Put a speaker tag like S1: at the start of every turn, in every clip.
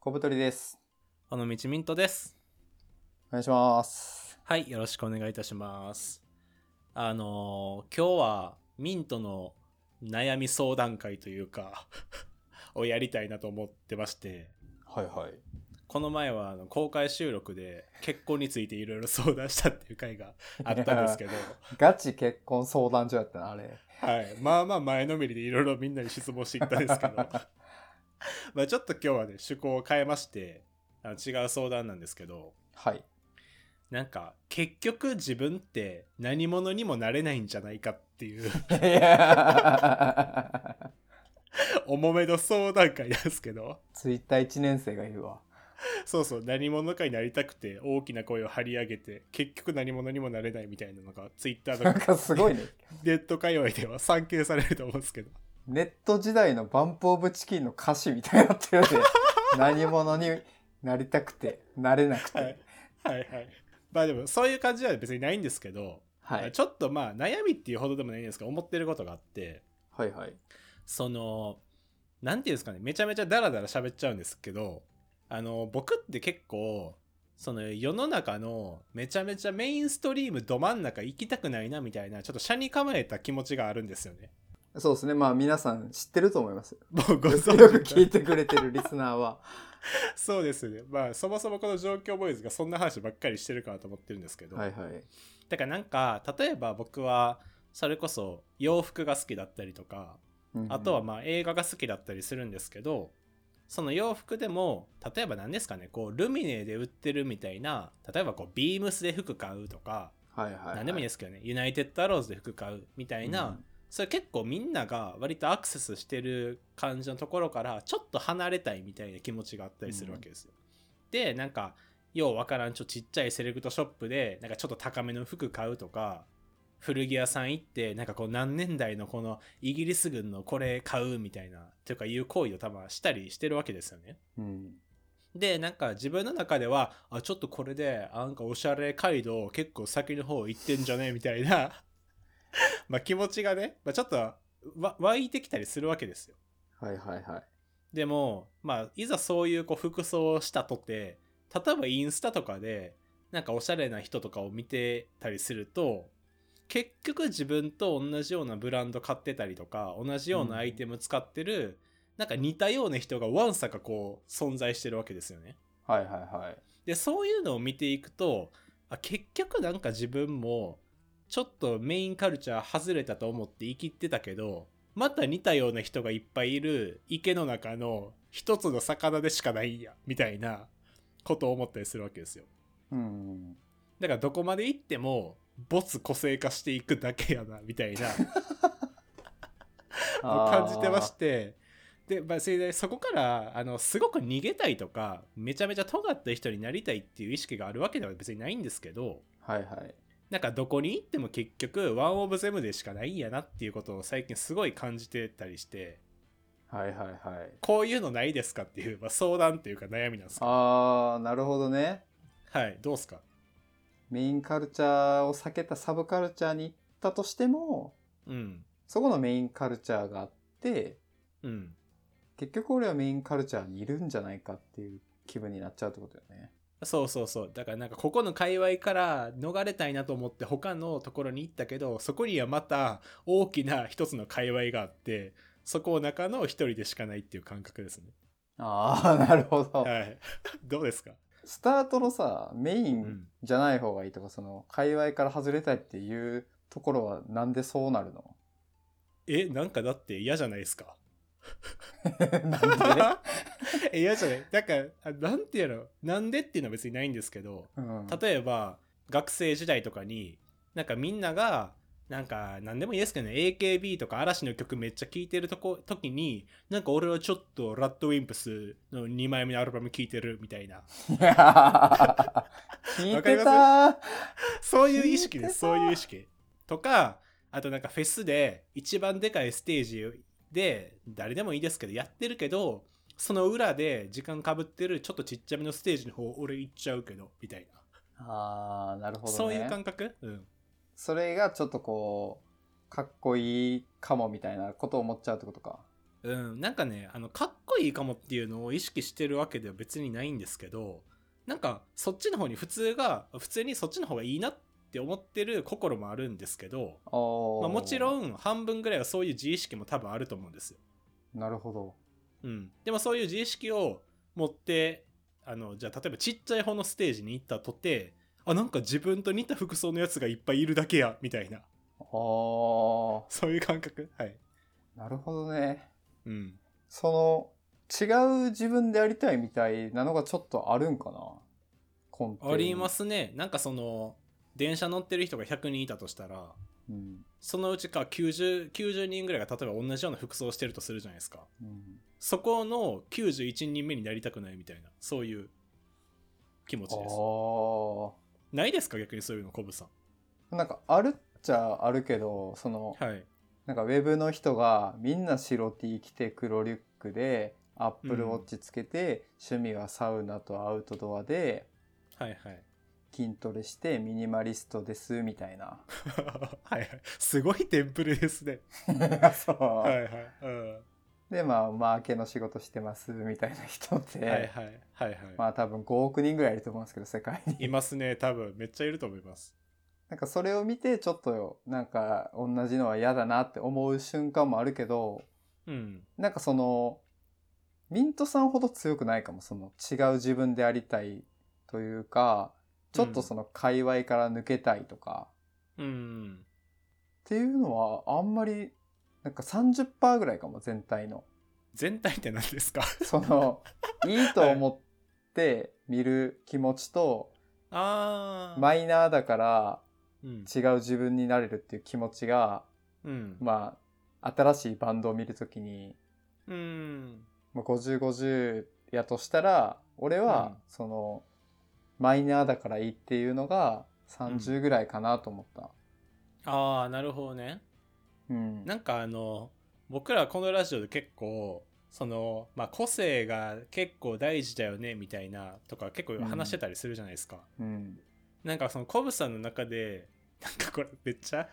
S1: 小太りです。
S2: 尾道ミントです。
S1: お願いします。
S2: はい、よろしくお願いいたします。あのー今日はミントの悩み相談会というか、 をやりたいなと思ってまして、
S1: はいはい。
S2: この前はあの公開収録で結婚についていろいろ相談したっていう回があったんですけど、
S1: ガチ結婚相談所やったな、あれ。
S2: はい、まあまあ前のめりでいろいろみんなに質問していったんですけどまあちょっと今日はね趣向を変えましてあの違う相談なんですけど
S1: はい。
S2: なんか結局自分って何者にもなれないんじゃないかっていう
S1: いやー
S2: 重めの相談会なんですけど
S1: ツイッター1年生がいるわ。
S2: そうそう何者かになりたくて大きな声を張り上げて結局何者にもなれないみたいなの がツイッター
S1: な
S2: と
S1: ん
S2: か
S1: かすごいね。
S2: ネット界隈では 散見されると思うんですけど
S1: ネット時代のバンプオブチキンの歌詞みたいになってる で、何者になりたくて、なれなくて。
S2: はいはいはいまあでもそういう感じは別にないんですけど
S1: はい。
S2: ちょっとまあ悩みっていうほどでもないんですが思ってることがあって
S1: はいはい。
S2: そのなんていうんですかねめちゃめちゃダラダラ喋っちゃうんですけどあの僕って結構その世の中のめちゃめちゃメインストリームど真ん中行きたくないなみたいなちょっと車に構えた気持ちがあるんですよ ね。
S1: そうですね。まあ皆さん知ってると思います。
S2: もうご
S1: よく
S2: 存
S1: よく
S2: 知
S1: 聞いてくれてるリスナーは。
S2: そうですねまあそもそもこの状況ボーイズがそんな話ばっかりしてるかなと思ってるんですけど、
S1: はいはい。
S2: だからなんか例えば僕はそれこそ洋服が好きだったりとか
S1: うん
S2: あとは、まあ映画が好きだったりするんですけどその洋服でも例えば何ですかねこうルミネで売ってるみたいな例えばこうビームスで服買うとか
S1: はいはいはい、
S2: 何でもいいですすけどねユナイテッドアローズで服買うみたいなそれ結構みんなが割とアクセスしてる感じのところからちょっと離れたいみたいな気持ちがあったりするわけですよ。でなんかようわからんちょちっちゃいセレクトショップでなんかちょっと高めの服買うとか古着屋さん行ってなんかこう何年代のこのイギリス軍のこれ買うみたいなというかいう行為を多分したりしてるわけですよね。
S1: うん。
S2: でなんか自分の中ではあちょっとこれであなんかおしゃれ街道結構先の方行ってんじゃねみたいな まあ気持ちがね、まあ、ちょっとわ湧いてきたりするわけですよ
S1: はいはいはい。
S2: でもまあいざそういうこう服装をしたとて例えばインスタとかでなんかおしゃれな人とかを見てたりすると結局自分と同じようなブランド買ってたりとか同じようなアイテム使ってる、なんか似たような人がわんさかこう存在してるわけですよね
S1: はいはいはい。
S2: でそういうのを見ていくとあ結局なんか自分もちょっとメインカルチャー外れたと思って生きてたけどまた似たような人がいっぱいいる池の中の一つの魚でしかないんやみたいなことを思ったりするわけですよ
S1: うん。
S2: だからどこまで行っても没個性化していくだけやなみたいなを 感じてましてで、まあ、それでそこからあのすごく逃げたいとかめちゃめちゃ尖った人になりたいっていう意識があるわけでは別にないんですけど
S1: あー。はいはい。
S2: なんかどこに行っても結局ワンオブゼムでしかないんやなっていうことを最近すごい感じてたりして
S1: はいはいはい。
S2: こういうのないですかっていう、まあ、相談っていうか悩みなんですけど
S1: あー、なるほどね。
S2: はいどうですか
S1: メインカルチャーを避けたサブカルチャーに行ったとしても、
S2: うん
S1: そこのメインカルチャーがあって、
S2: うん
S1: 結局俺はメインカルチャーにいるんじゃないかっていう気分になっちゃうってことよね。
S2: そうそうそうだからなんかここの界隈から逃れたいなと思って他のところに行ったけどそこにはまた大きな一つの界隈があってそこの中の一人でしかないっていう感覚ですね
S1: あー、なるほど。
S2: はい どうですか
S1: スタートのさ、メイ
S2: う
S1: ン
S2: ん
S1: じゃない方がいいとか、その、界隈から外れたいっていうところはなんでそうなるの
S2: えなんかだって嫌じゃないですか
S1: なんで、
S2: え嫌じゃないだからあなんていうのなんでっていうのは別にないんですけど
S1: うん、
S2: 例えば学生時代とかになんかみんながなんか何でもいいですけどね AKB とか嵐の曲めっちゃ聴いてるとこ時になんか俺はちょっとラッドウィンプスの2枚目のアルバム聴いてるみたいない
S1: やー聞いてたー
S2: そういう意識で
S1: 聞いて
S2: す
S1: た
S2: そういう意識とかあとなんかフェスで一番でかいステージで誰でもいいですけどやってるけどその裏で時間かぶってるちょっとちっちゃめのステージの方俺行っちゃうけどみたいな、
S1: あーなるほど、ね、
S2: そういう感覚うん
S1: それがちょっとこうかっこいいかもみたいなことを思っちゃうってことか
S2: うん、なんかねあのかっこいいかもっていうのを意識してるわけでは別にないんですけどなんかそっちの方に普通が普通にそっちの方がいいなって思ってる心もあるんですけど、
S1: あー
S2: まあ、もちろん半分ぐらいはそういう自意識も多分あると思うんですよ。
S1: なるほど
S2: うん、でもそういう自意識を持ってあのじゃあ例えばちっちゃい方のステージに行ったとてあなんか自分と似た服装のやつがいっぱいいるだけやみたいな
S1: あ
S2: そういう感覚はい、
S1: あなるほどね
S2: うん、
S1: その違う自分でありたいみたいなのがちょっとあるんかな根底に
S2: ありま、すねなんかその電車乗ってる人が100人いたとしたら
S1: うん
S2: そのうちか 90, 90人ぐらいが例えば同じような服装をしてるとするじゃないですか
S1: うん、
S2: そこの91人目になりたくないみたいなそういう気持ち
S1: あ
S2: です
S1: あ
S2: ないですか逆にそういうのコブさん
S1: なんかあるっちゃあるけどその
S2: はい
S1: なんかウェブの人がみんな白 T 着て黒リュックでアップルウォッチつけて、趣味はサウナとアウトドアで
S2: はいはい
S1: 筋トレしてミニマリストですみたいな
S2: はいはいすごいテンプレですね
S1: そう、
S2: はいはい、うん、
S1: でまあマーケの仕事してますみたいな人って、
S2: はいはいはいはい、
S1: まあ多分5億人ぐらいいると思うんですけど世界に
S2: いますね多分めっちゃいると思います
S1: なんかそれを見てちょっとなんか同じのは嫌だなって思う瞬間もあるけど
S2: うん
S1: なんかそのミントさんほど強くないかもその違う自分でありたいというかちょっとその界隈から抜けたいとか、
S2: うん
S1: っていうのはあんまりなんか30%ぐらいかも全体の。
S2: 全体って何ですか
S1: そ のいいと思って見る気持ちと、
S2: ああ
S1: マイナーだから
S2: うん、
S1: 違う自分になれるっていう気持ちが
S2: うん
S1: まあ新しいバンドを見るときに
S2: うん
S1: まあ5050やとしたら俺
S2: う
S1: は
S2: ん
S1: その、マイナーだからいいっていうのが30ぐらいかなと思った。
S2: ああなるほどね
S1: うん
S2: なんかあの僕らこのラジオで結構その、まあ、個性が結構大事だよねみたいなとか結構話してたりするじゃないですか、
S1: うん
S2: なんかそのコブさんの中で なんかこれめっちゃ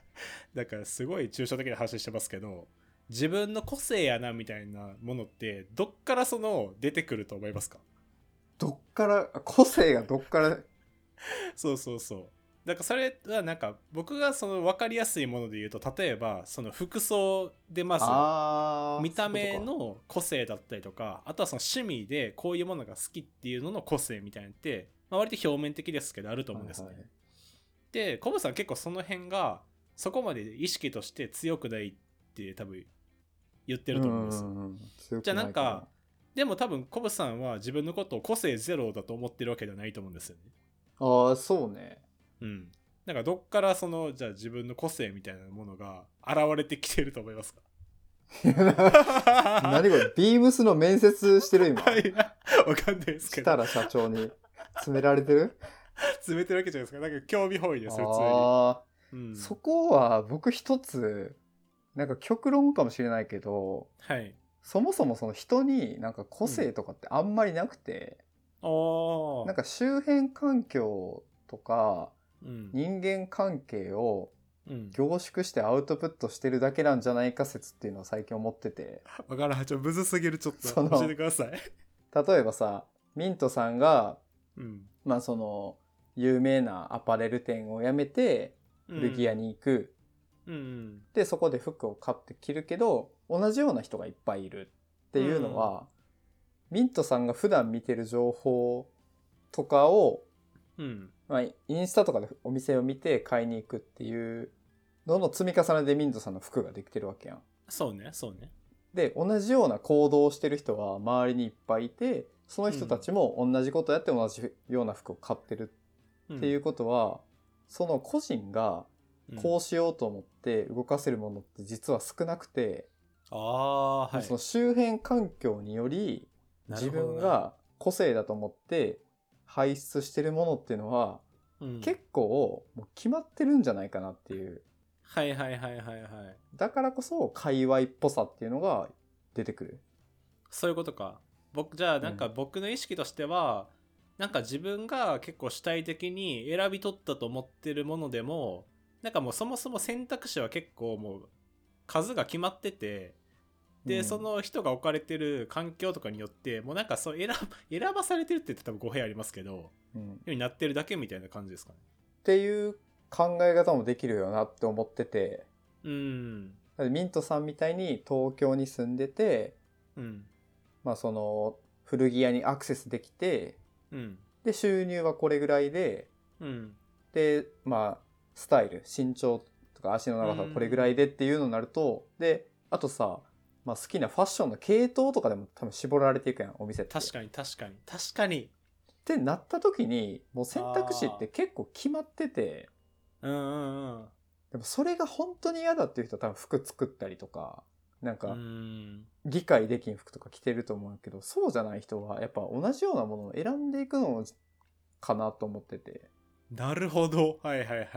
S2: なんかすごい抽象的な話してますけど自分の個性やなみたいなものってどっからその出てくると思いますか
S1: どっから個性がどっから
S2: そうそうそうだからそれはなんか僕がその分かりやすいもので言うと例えばその服装でまず
S1: あー
S2: 見た
S1: そう
S2: 目
S1: いうこ
S2: の個性だったりとかあとはその趣味でこういうものが好きっていうのの個性みたいなのって、まあ、割と表面的ですけどあると
S1: とか
S2: 思うんですね、
S1: はいはい
S2: でコブさん結構その辺がそこまで意識として強くないって多分言ってると思うんですよ
S1: うんうんうん強く
S2: じゃあなん
S1: い
S2: かでも多分コブさんは自分のことを個性ゼロだと思ってるわけではないと思うんですよね
S1: なああそうね
S2: うんなんかどっからそのじゃあ自分の個性みたいなものが現れてきてると思 いますか
S1: 何これビームスの面接してる 今
S2: いやわかんないですけ
S1: 設
S2: ど
S1: 楽社長に詰められてる
S2: 詰めてるわけじゃないですかなんか興味本位です普
S1: ああ
S2: 通に、うん、
S1: そこは僕一つなんか極論かもしれないけど
S2: はい
S1: そもそもその人になんか個性とかってあんまりなくて、
S2: おー
S1: なんか周辺環境とか
S2: うん
S1: 人間関係を
S2: うん
S1: 凝縮してアウトプットしてるだけなんじゃないか説っていうのを最近思ってて
S2: わからんちょっとむずすぎるちょっと
S1: その
S2: 教えてください
S1: 例えばさミントさんが
S2: うん
S1: まあその有名なアパレル店を辞めて古着屋に行く、
S2: うんうん
S1: でそこで服を買って着るけど同じような人がいっぱいいるっていうのは、ミントさんが普段見てる情報とかを、
S2: うん
S1: まあ、インスタとかでお店を見て買いに行くっていうのの積み重ねでミントさんの服ができてるわけやん。
S2: そうねそうね
S1: で同じような行動をしてる人は周りにいっぱいいてその人たちも同じことやって同じような服を買ってる
S2: っ
S1: っていうことは、その個人がこうしようと思って動かせるものって実は少なくて、
S2: ああーはい
S1: その周辺環境により
S2: な
S1: 自
S2: るほどね
S1: 分が個性だと思って排出してるものっていうのは、
S2: うん
S1: 結構もう決まってるんじゃないかなっていう
S2: はいはいはいはいはい
S1: だからこそ界隈っぽさっていうのが出てくる。
S2: そういうことか僕じゃあなんか僕の意識としては、なんか自分が結構主体的に選び取ったと思ってるものでもなんかもうそもそも選択肢は結構もう数が決まっててで、
S1: うん
S2: その人が置かれてる環境とかによってもうなんかそう選ば選ばされてるって言って多分語弊ありますけどよ
S1: うん、っ
S2: うになってるだけみたいな感じですかね
S1: ていう考え方もできるよなって思ってて
S2: うん
S1: だってミントさんみたいに東京に住んでて、
S2: うん
S1: まあ、その古着屋にアクセスできて
S2: うん
S1: で収入はこれぐらいで
S2: うん
S1: でまあスタイル身長とか足の長さはこれぐらいでっていうのになると、であとさ、まあ、好きなファッションの系統とかでも多分絞られていくやんお店って。
S2: 確
S1: っ
S2: かに確かに確かに
S1: てなった時にもう選択肢って結構決まってて
S2: うんうんうん
S1: でもそれが本当に嫌だっていう人は多分服作ったりとかなん
S2: う
S1: か
S2: ん
S1: 理解できん服とか着てると思うけど、そうじゃない人はやっぱ同じようなものを選んでいくのかなと思ってて。
S2: なるほどはいはいはい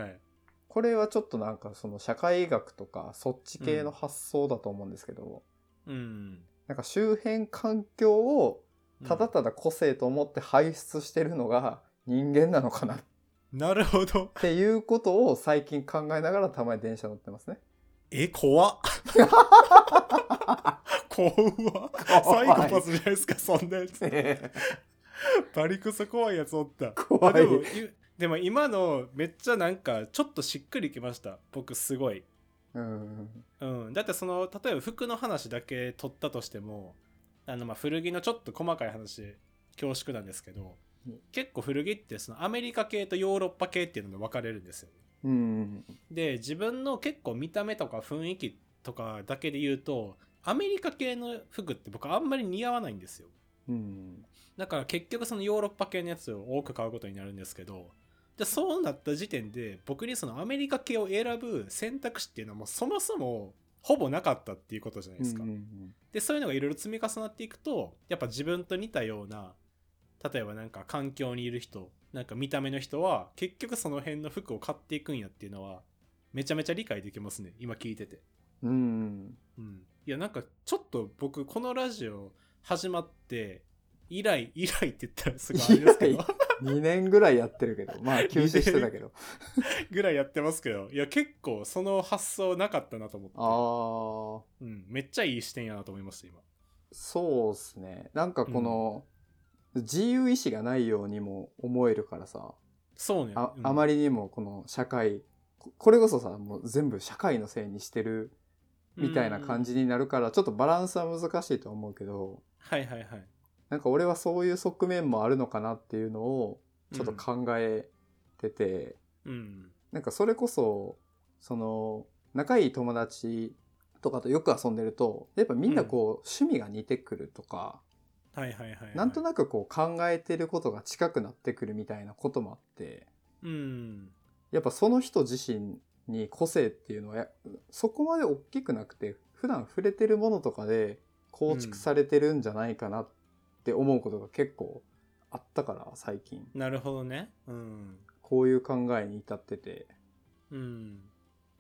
S1: これはちょっとなんかその社会学とかそっち系の発想だと思うんですけど、
S2: うん
S1: なんか周辺環境をただただ個性と思って排出してるのが人間なのかなっ
S2: なるほど
S1: ていうことを最近考えながらたまに電車乗ってますね。
S2: え怖っ怖っサイコパスじゃないですかそんなやつバリクソ怖いやつおった
S1: 怖い
S2: でもゆでも今のめっちゃなんかちょっとしっくりきました僕すごい、
S1: うん。
S2: うん、だってその例えば服の話だけ取ったとしてもあのまあ古着のちょっと細かい話恐縮なんですけど
S1: うん
S2: 結構古着ってそのアメリカ系とヨーロッパ系っていうので分かれるんですよ
S1: うん。
S2: で自分の結構見た目とか雰囲気とかだけで言うとアメリカ系の服って僕あんまり似合わないんですよ
S1: うん。
S2: だから結局そのヨーロッパ系のやつを多く買うことになるんですけどでそうなった時点で僕にそのアメリカ系を選ぶ選択肢っていうのはもうそもそもほぼなかったっていうことじゃないですか、
S1: うん
S2: でそういうのがいろいろ積み重なっていくとやっぱ自分と似たような例えばなんか環境にいる人なんか見た目の人は結局その辺の服を買っていくんやっていうのはめちゃめちゃ理解できますね今聞いてて
S1: うん。
S2: うん、いやなんかちょっと僕このラジオ始まって以来 以来って言ったらすごいあれですけ
S1: 以
S2: ど
S1: 2年ぐらいやってるけど、まあ休止してたけど。
S2: ぐらいやってますけどいや結構その発想なかったなと思って、
S1: ああ。
S2: うん、めっちゃいい視点やなと思いました今
S1: そうっすね。なんかこの、自由意志がないようにも思えるからさ、
S2: そうね
S1: あ,、
S2: うん、
S1: あまりにもこの社会、ここれこそさ、もう全部社会のせいにしてるみたいな感
S2: じ、
S1: じになるから、ちょっとバランスは難しいと思うけど、
S2: はいはいはい
S1: なんか俺はそういう側面もあるのかなっていうのをちょっと考えてて、
S2: うん
S1: なんかそれこそ、その、仲いい友達とかとよく遊んでると、やっぱみんなこう、趣味が似てくるとか、
S2: はいはいはいはい
S1: なんと
S2: な
S1: なくこう考えてることが近くなってくるみたいなこともあって
S2: くうん
S1: やっぱその人自身に個性っていうのはやそこまで大きくなくて普段触れてるものとかで構築されてるんじゃないかなって思うことが結構あったから最近
S2: なるほどねうん
S1: こういう考えに至ってて
S2: うん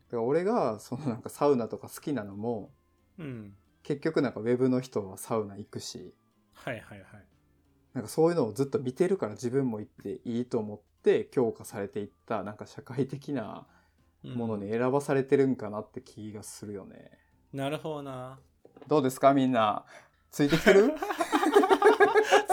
S1: だから俺がそのなんかサウナとか好きなのも
S2: うん
S1: 結局なんかウェブの人はサウナ行くし
S2: はいはいはい
S1: なんかそういうのをずっと見てるから自分も行っていいと思って強化されていったなんか社会的な
S2: うん
S1: ものに選ばされてるんかなって気がするよね。
S2: なるほどな
S1: どうですかみんな。ついてきて る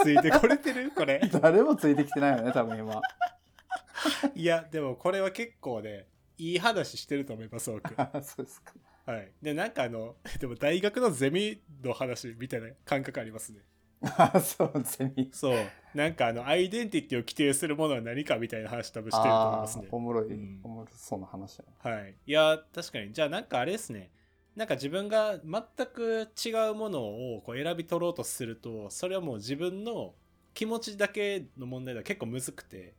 S2: ついてこれてる これ
S1: 誰もついてきてないよね多分今。
S2: いやでもこれは結構ねいい話してると思います 僕は
S1: そうですか。
S2: いでなんかあの でも大学のゼミの話みたいな感覚ありますね
S1: あそうゼミ。
S2: そうなんかあのアイデンティティを規定するものは何かみたいな話多分してると思い
S1: あ
S2: ますね
S1: ーおもろい、
S2: うん
S1: おもろそうな話や
S2: はいいや確かにじゃあなんかあれですねなんか自分が全く違うものをこう選び取ろうとするとそれはもう自分の気持ちだけの問題では結構むずくて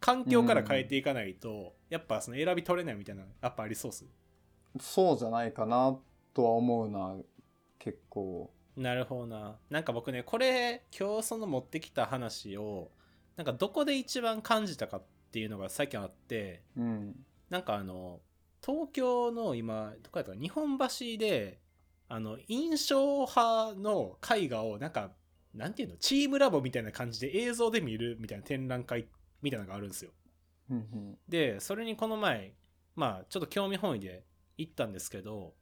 S2: 環境から変えていかないと、やっぱその選び取れないみたいなのやっぱありそうっすね
S1: そうじゃないかなとは思うな結構。
S2: なるほどな。なんか僕ね、これ、今日その持ってきた話を、なんかどこで一番感じたかっていうのが最近あって、
S1: うん。
S2: なんかあの、東京の今、どこやったか、日本橋で、あの、印象派の絵画を、なんか、なんていうの、チームラボみたいな感じで映像で見るみたいな展覧会みたいなのがあるんですよ。
S1: うん
S2: でそれにこの前まあちょっと興味本位で行ったんですけど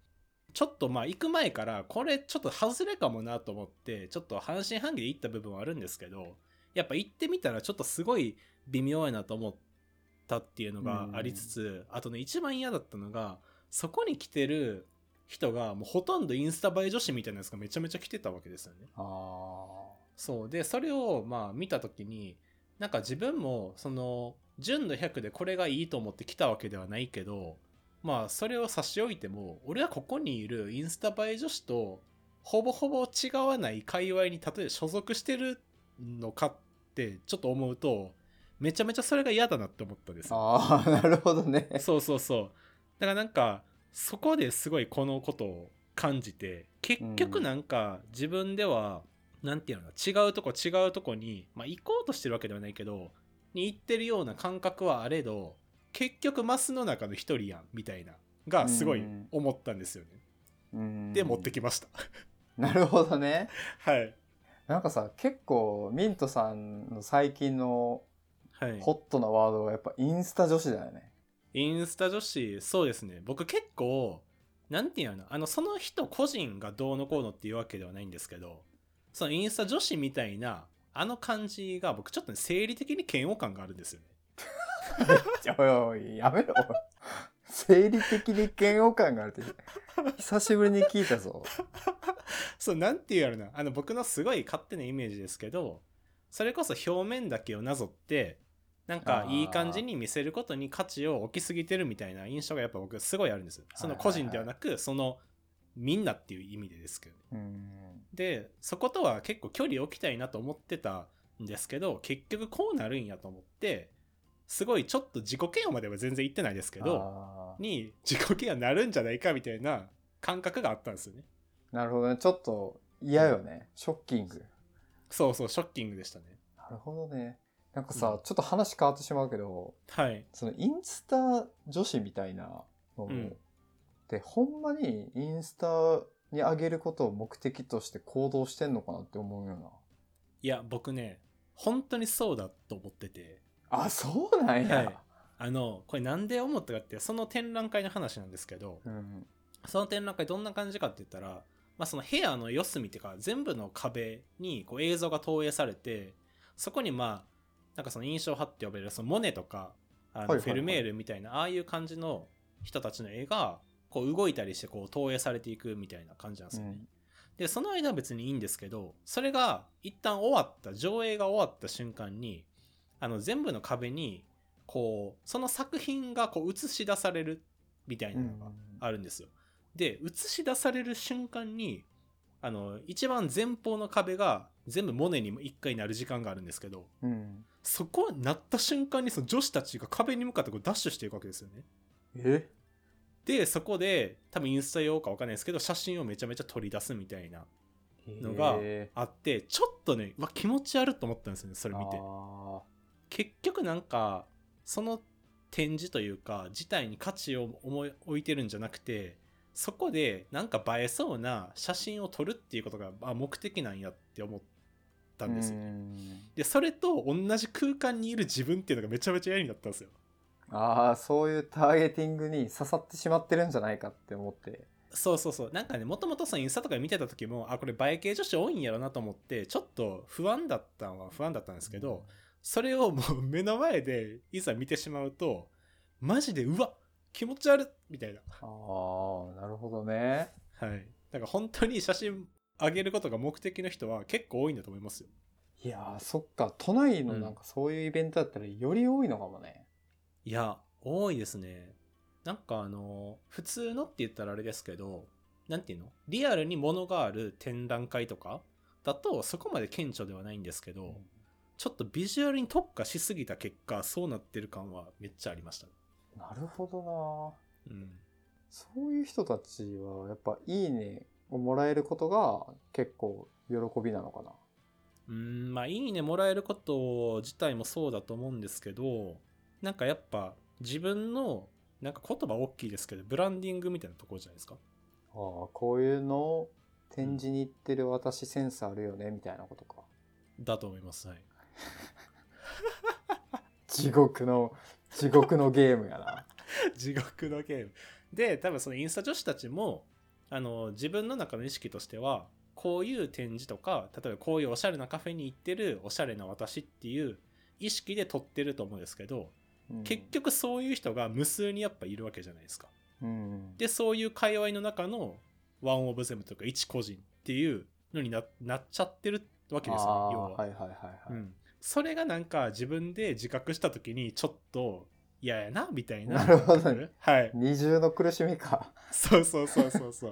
S2: ちょっとまあ行く前からこれちょっと外れかもなと思ってちょっと半信半疑で行った部分はあるんですけどやっぱ行ってみたらちょっとすごい微妙やなと思ったっていうのがありつつ、あとね一番嫌だったのがそこに来てる人がもうほとんどインスタ映え女子みたいなやつがめちゃめちゃ来てたわけですよね。
S1: あ
S2: そうでそれをまあ見た時になんか自分もその純度100でこれがいいと思って来たわけではないけどまあそれを差し置いても俺はここにいるインスタ映え女子とほぼほぼ違わない界隈に例えば所属してるのかってちょっと思うとめちゃめちゃそれが嫌だなって思ったんです
S1: ー
S2: よ
S1: あー なるほどね
S2: そうそうそうだからなんかそこですごいこのことを感じて結局なんか自分では、なんていうのかな違うとこ違うとこに、まあ、行こうとしてるわけではないけどに行ってるような感覚はあれど結局マスの中の一人やんみたいながすごい
S1: うん
S2: 思ったんですよね、
S1: うん
S2: で持ってきました
S1: なるほどね
S2: はい
S1: なんかさ結構ミントさんの最近の
S2: はい
S1: ホットなワードはやっぱインスタ女子だよね
S2: インスタ女子そうですね僕結構なんていうのあのその人個人がどうのこうのっていうわけではないんですけどそのインスタ女子みたいなあの感じが僕ちょっとね生理的に嫌悪感があるんですよね
S1: ちょおいおいやめろおい 生理的に嫌悪感があるって久しぶりに聞いたぞ
S2: そうなんていうやろなあの僕のすごい勝手なイメージですけどそれこそ表面だけをなぞってなんか
S1: あー
S2: いい感じに見せることに価値を置きすぎてるみたいな印象がやっぱ僕すごいあるんですよその個人ではなくそのみんなっていう意味でですけど
S1: うん
S2: でそことは結構距離を置きたいなと思ってたんですけど結局こうなるんやと思ってすごいちょっと自己嫌悪までは全然行ってないですけど
S1: あ
S2: に自己嫌悪になるんじゃないかみたいな感覚があったんですよね
S1: ーなるほどねちょっと嫌よねショッキング
S2: そうそうショッキングでしたね
S1: なるほどねなんかさ、
S2: うん
S1: ちょっと話変わってしまうけど
S2: はい
S1: そのインスタ女子みたいなのも、
S2: うん
S1: でほんまにインスタに上げることを目的として行動してんのかなって思うよ
S2: いや僕ね本当にそうだと思ってて
S1: なあそうなんや、
S2: はいあのこれなんで思ったかってその展覧会の話なんですけど
S1: うん
S2: その展覧会どんな感じかって言ったら、まあ、その部屋の四隅っていうか全部の壁にこう映像が投影されてそこにまあなんかその印象派って呼べるそのモネとかあ
S1: いは
S2: の
S1: いはい
S2: フェルメールみたいなああいう感じの人たちの絵がこう動いたりしてこう投影されていくみたいな感じなんですよね。
S1: うん
S2: でその間は別にいいんですけどそれが一旦終わった上映が終わった瞬間にあの全部の壁にこうその作品がこう映し出されるみたいなのがあるんですよ。で映し出される瞬間にあの一番前方の壁が全部モネにも一回なる時間があるんですけど
S1: うん、
S2: そこなった瞬間にその女子たちが壁に向かってこうダッシュしていくわけですよね。
S1: え
S2: でそこで多分インスタ用かわかんないですけど写真をめちゃめちゃ取り出すみたいなのが
S1: え
S2: あってちょっとねうわ気持ち悪いと思ったんですよねそれ
S1: ー、
S2: 見て
S1: あー
S2: 結局なんかその展示というか自体に価値を思い置いてるんじゃなくてそこでなんか映えそうな写真を撮るっていうことがあ目的なんやって思ったんですよ、
S1: うん
S2: でそれと同じ空間にいる自分っていうのがめちゃめちゃ嫌になったんですよ
S1: あーそういうターゲティングに刺さってしまってるんじゃないかって思って
S2: そうそうそうなんかねもともとそのインスタとか見てた時もあこれ映え系女子多いんやろなと思ってちょっと不安だったのは不安だったんですけど、それをもう目の前でいざ見てしまうとマジでうわ気持ち悪っみたいな
S1: ああなるほどね
S2: はいだから本当に写真上げることが目的の人は結構多いんだと思いますよ
S1: いやーそっか都内のなんかそういうイベントだったらより多いのかもね、
S2: いや多いですねなんかあの普通のって言ったらあれですけどなんていうのリアルに物がある展覧会とかだとそこまで顕著ではないんですけど、ちょっとビジュアルに特化しすぎた結果そうなってる感はめっちゃありましたね
S1: なるほどな
S2: うん
S1: そういう人たちはやっぱ「いいね」をもらえることが結構喜びなのかな。
S2: うーんまあいいねもらえること自体もそうだと思うんですけどなんかやっぱ自分のなんか言葉大きいですけどブランディングみたいなところじゃないですか
S1: ああこういうのを展示に行ってる私センスあるよねみたいなことか。
S2: だと思います はい
S1: 地獄の地獄のゲームやな。
S2: 地獄のゲームで多分そのインスタ女子たちもあの自分の中の意識としてはこういう展示とか例えばこういうおしゃれなカフェに行ってるおしゃれな私っていう意識で撮ってると思うんですけど、
S1: うん
S2: 結局そういう人が無数にやっぱいるわけじゃないですか。
S1: うん
S2: でそういう界隈の中のワン・オブ・ゼムというか一個人っていうのにななっちゃってるわけです
S1: あ
S2: よ
S1: ー
S2: 要は、
S1: はいはいはいは
S2: う
S1: い、
S2: ん。それがなんか自分で自覚した時にちょっと嫌やなみたいな。
S1: なるほどね
S2: はい。
S1: 二重の苦しみか
S2: そうそうそうそうそ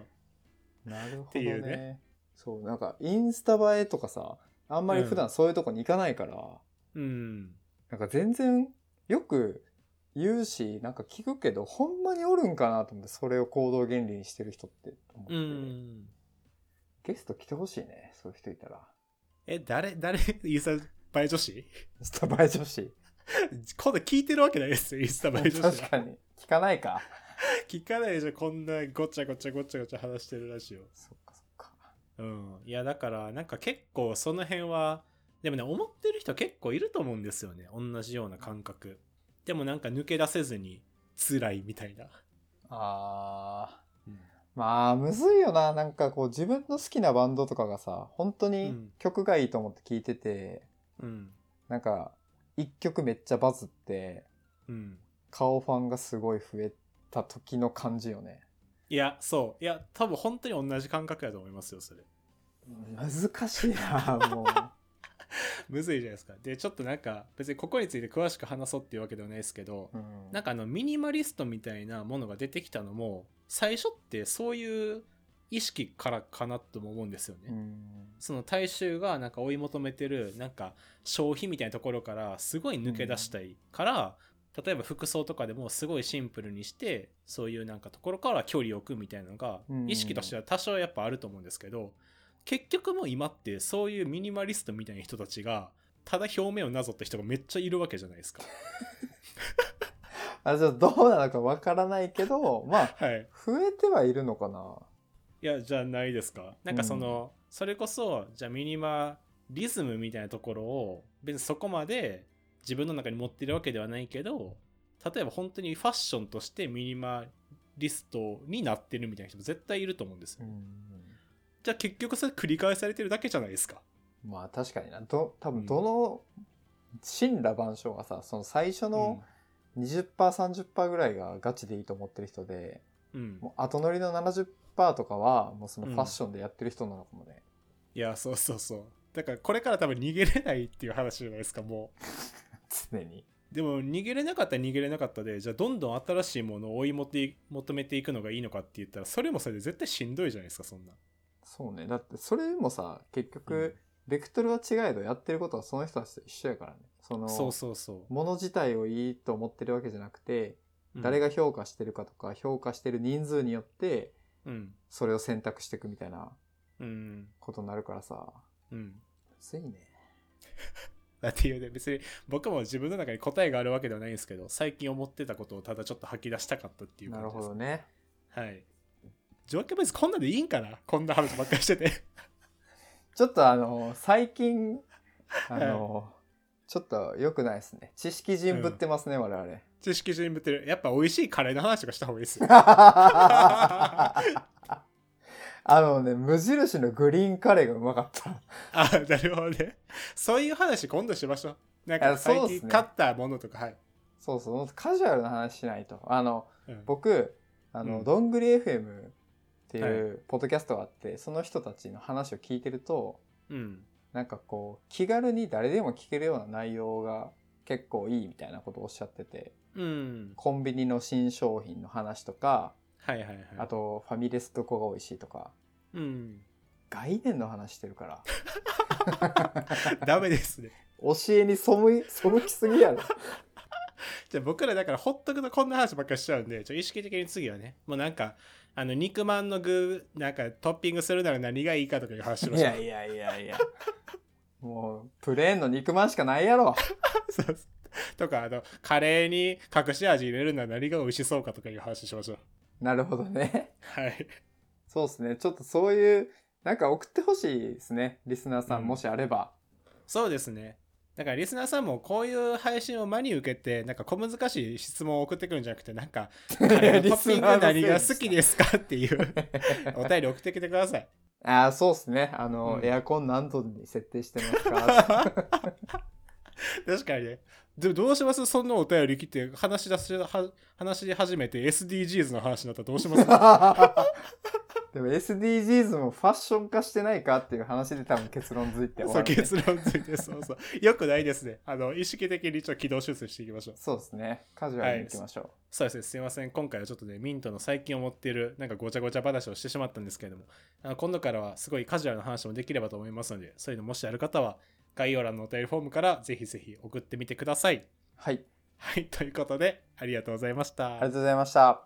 S2: う。
S1: なるほどね
S2: ていうね
S1: そうなんかインスタ映えとかさあんまり普段そういうとこに行かないから、
S2: うん。
S1: なんか全然よく言うしなんか聞くけどほんまにおるんかなと思ってそれを行動原理にしてる人って思って、
S2: うん。
S1: ゲスト来てほしいねそういう人いたら
S2: え、誰、誰、インスタ映え女子
S1: インスタ映え女子
S2: 今度聞いてるわけないですよ、インスタ映え女子
S1: 確
S2: は。
S1: かに聞かない か
S2: 聞かないでしょ、こんなごちゃごちゃごちゃごちゃ話してるラジオ。
S1: そっかそっか
S2: うん。いや、だから、なんか結構その辺は、でもね、思ってる人結構いると思うんですよね。同じような感覚。でもなんか抜け出せずに辛いみたいな。
S1: あー
S2: うん
S1: まあむずいよななんかこう自分の好きなバンドとかがさ本当
S2: う
S1: に
S2: ん
S1: 曲がいいと思って聴いてて、
S2: うん。
S1: なんか一曲めっちゃバズって
S2: うん。
S1: 顔ファンがすごい増えた時の感じよね
S2: いや、そう。いや、多分本当に同じ感覚やと思いますよ、それ。
S1: 難しいなもう。
S2: むずいじゃないですか。で、ちょっとなんか、別にここについて詳しく話そうっていうわけではないですけど、
S1: うん
S2: なんかあの、ミニマリストみたいなものが出てきたのも、最初ってそういう意識からかなとも思うんですよね。
S1: うん
S2: その大衆がなんか追い求めてるなんか消費みたいなところからすごい抜け出したいから、例えば服装とかでもすごいシンプルにしてそういうなんかところから距離を置くみたいなのが
S1: うん
S2: 意識としては多少やっぱあると思うんですけど、結局もう今ってそういうミニマリストみたいな人たちがただ表面をなぞった人がめっちゃいるわけじゃないですか。
S1: あじゃあどうなのかわからないけどまあ
S2: はい、
S1: 増えてはいるのかな。
S2: いやじゃないですかなんかその、それこそじゃあミニマリズムみたいなところを別にそこまで自分の中に持ってるわけではないけど例えば本当にファッションとしてミニマリストになってるみたいな人も絶対いると思うんですよ、じゃあ結局それ繰り返されてるだけじゃないですか
S1: まあ確かになど多分どの神羅万象がさその最初の 20%30% ぐらいがガチでいいと思ってる人で
S2: うん、うん
S1: もう後乗りの70%とかはもうその
S2: う
S1: フ
S2: ん
S1: ァッションでやってる人なのかもね。
S2: いやそうそうそうだからこれから多分逃げれないっていう話じゃないですかもう
S1: 常に。
S2: でも逃げれなかったら逃げれなかったでじゃあどんどん新しいものを追い求め求めていくのがいいのかって言ったらそれもそれで絶対しんどいじゃないですかそんな
S1: そうねだってそれもさ結局、ベクトルは違えどやってることはその人たちと一緒やからね。その
S2: そうそうそ
S1: もの自体をいいと思ってるわけじゃなくて、
S2: う
S1: 誰が評価してるかとか評価してる人数によって
S2: うん
S1: それを選択していくみたいな
S2: うん
S1: ことになるからさ
S2: うん
S1: むずいね
S2: だっていうね別に僕も自分の中に答えがあるわけではないんですけど最近思ってたことをただちょっと吐き出したかったっていう
S1: な
S2: 感じ
S1: る
S2: です
S1: ほどね
S2: はい状況別にこんなんでいいんかなこんな話ばっかりしてて
S1: ちょっとあの最近あ のちょっと良くないですね知識人ぶってますね、我々
S2: 知識人ぶってるやっぱ美味しいカレーの話とかした方がいいですよ
S1: あのね無印のグリーンカレーがうまかった
S2: あなるほどねそういう話今度しましょうなん
S1: い
S2: か
S1: やそうっす
S2: 最
S1: ね
S2: 近買ったものとかはい、
S1: そうそうもっとカジュアルな話しないとあの
S2: うん
S1: 僕あの、
S2: うん
S1: どんぐり FM っていうポッドキャストがあって、その人たちの話を聞いてると
S2: うん
S1: なんかこう気軽に誰でも聞けるような内容が結構いいみたいなことをおっしゃってて
S2: うん
S1: コンビニの新商品の話とか
S2: はいはいはい
S1: あとファミレスどこが美味しいとか
S2: うん
S1: 概念の話してるから
S2: ダメですね
S1: 教えに背い背きすぎ やろ
S2: じゃあ僕らだからほっとくとこんな話ばっかりしちゃうんで、ちょ意識的に次はね、もうなんか、あの肉まんの具、なんかトッピングするなら何がいいかとかいう話しま
S1: い
S2: しょう。
S1: やいやいやいやもうプレーンの肉まんしかないやろ
S2: そうそうとか、あの、カレーに隠し味入れるなら何が美味しそうかとかいう話しましょう。
S1: なるほどね
S2: はい。
S1: そうですね。ちょっとそういう、なんか送ってほしいですね。リスナーさん、
S2: うん
S1: もしあれば。
S2: そうですね。だからリスナーさんもこういう配信を真に受けてなんか小難しい質問を送ってくるんじゃなくてなんか「 カレーのトッピング何が好きですか?」っていうお便り送ってきてください。
S1: ああ、そうですね。あの、
S2: うん
S1: エアコン何度に設定してますか
S2: 確かにね。でもどうしますそんなお便り来て話し出しは話し始めて SDGs の話になったらどう します
S1: でも SDGs もファッション化してないかっていう話で多分結論づいて終
S2: そ
S1: わ
S2: う
S1: るね、
S2: 結論ついてそうそうよくないですねあの意識的にちょっと軌道修正していきましょう
S1: そうですね。カジュアルに行きましょう。
S2: そうですねすいません今回はちょっとねミントの最近思っているなんかごちゃごちゃ話をしてしまったんですけれどもあの今度からはすごいカジュアルな話もできればと思いますのでそういうのもしある方は概要欄のお便りフォームからぜひぜひ送ってみてください
S1: はい。
S2: はいということでありがとうございました
S1: ありがとうございました。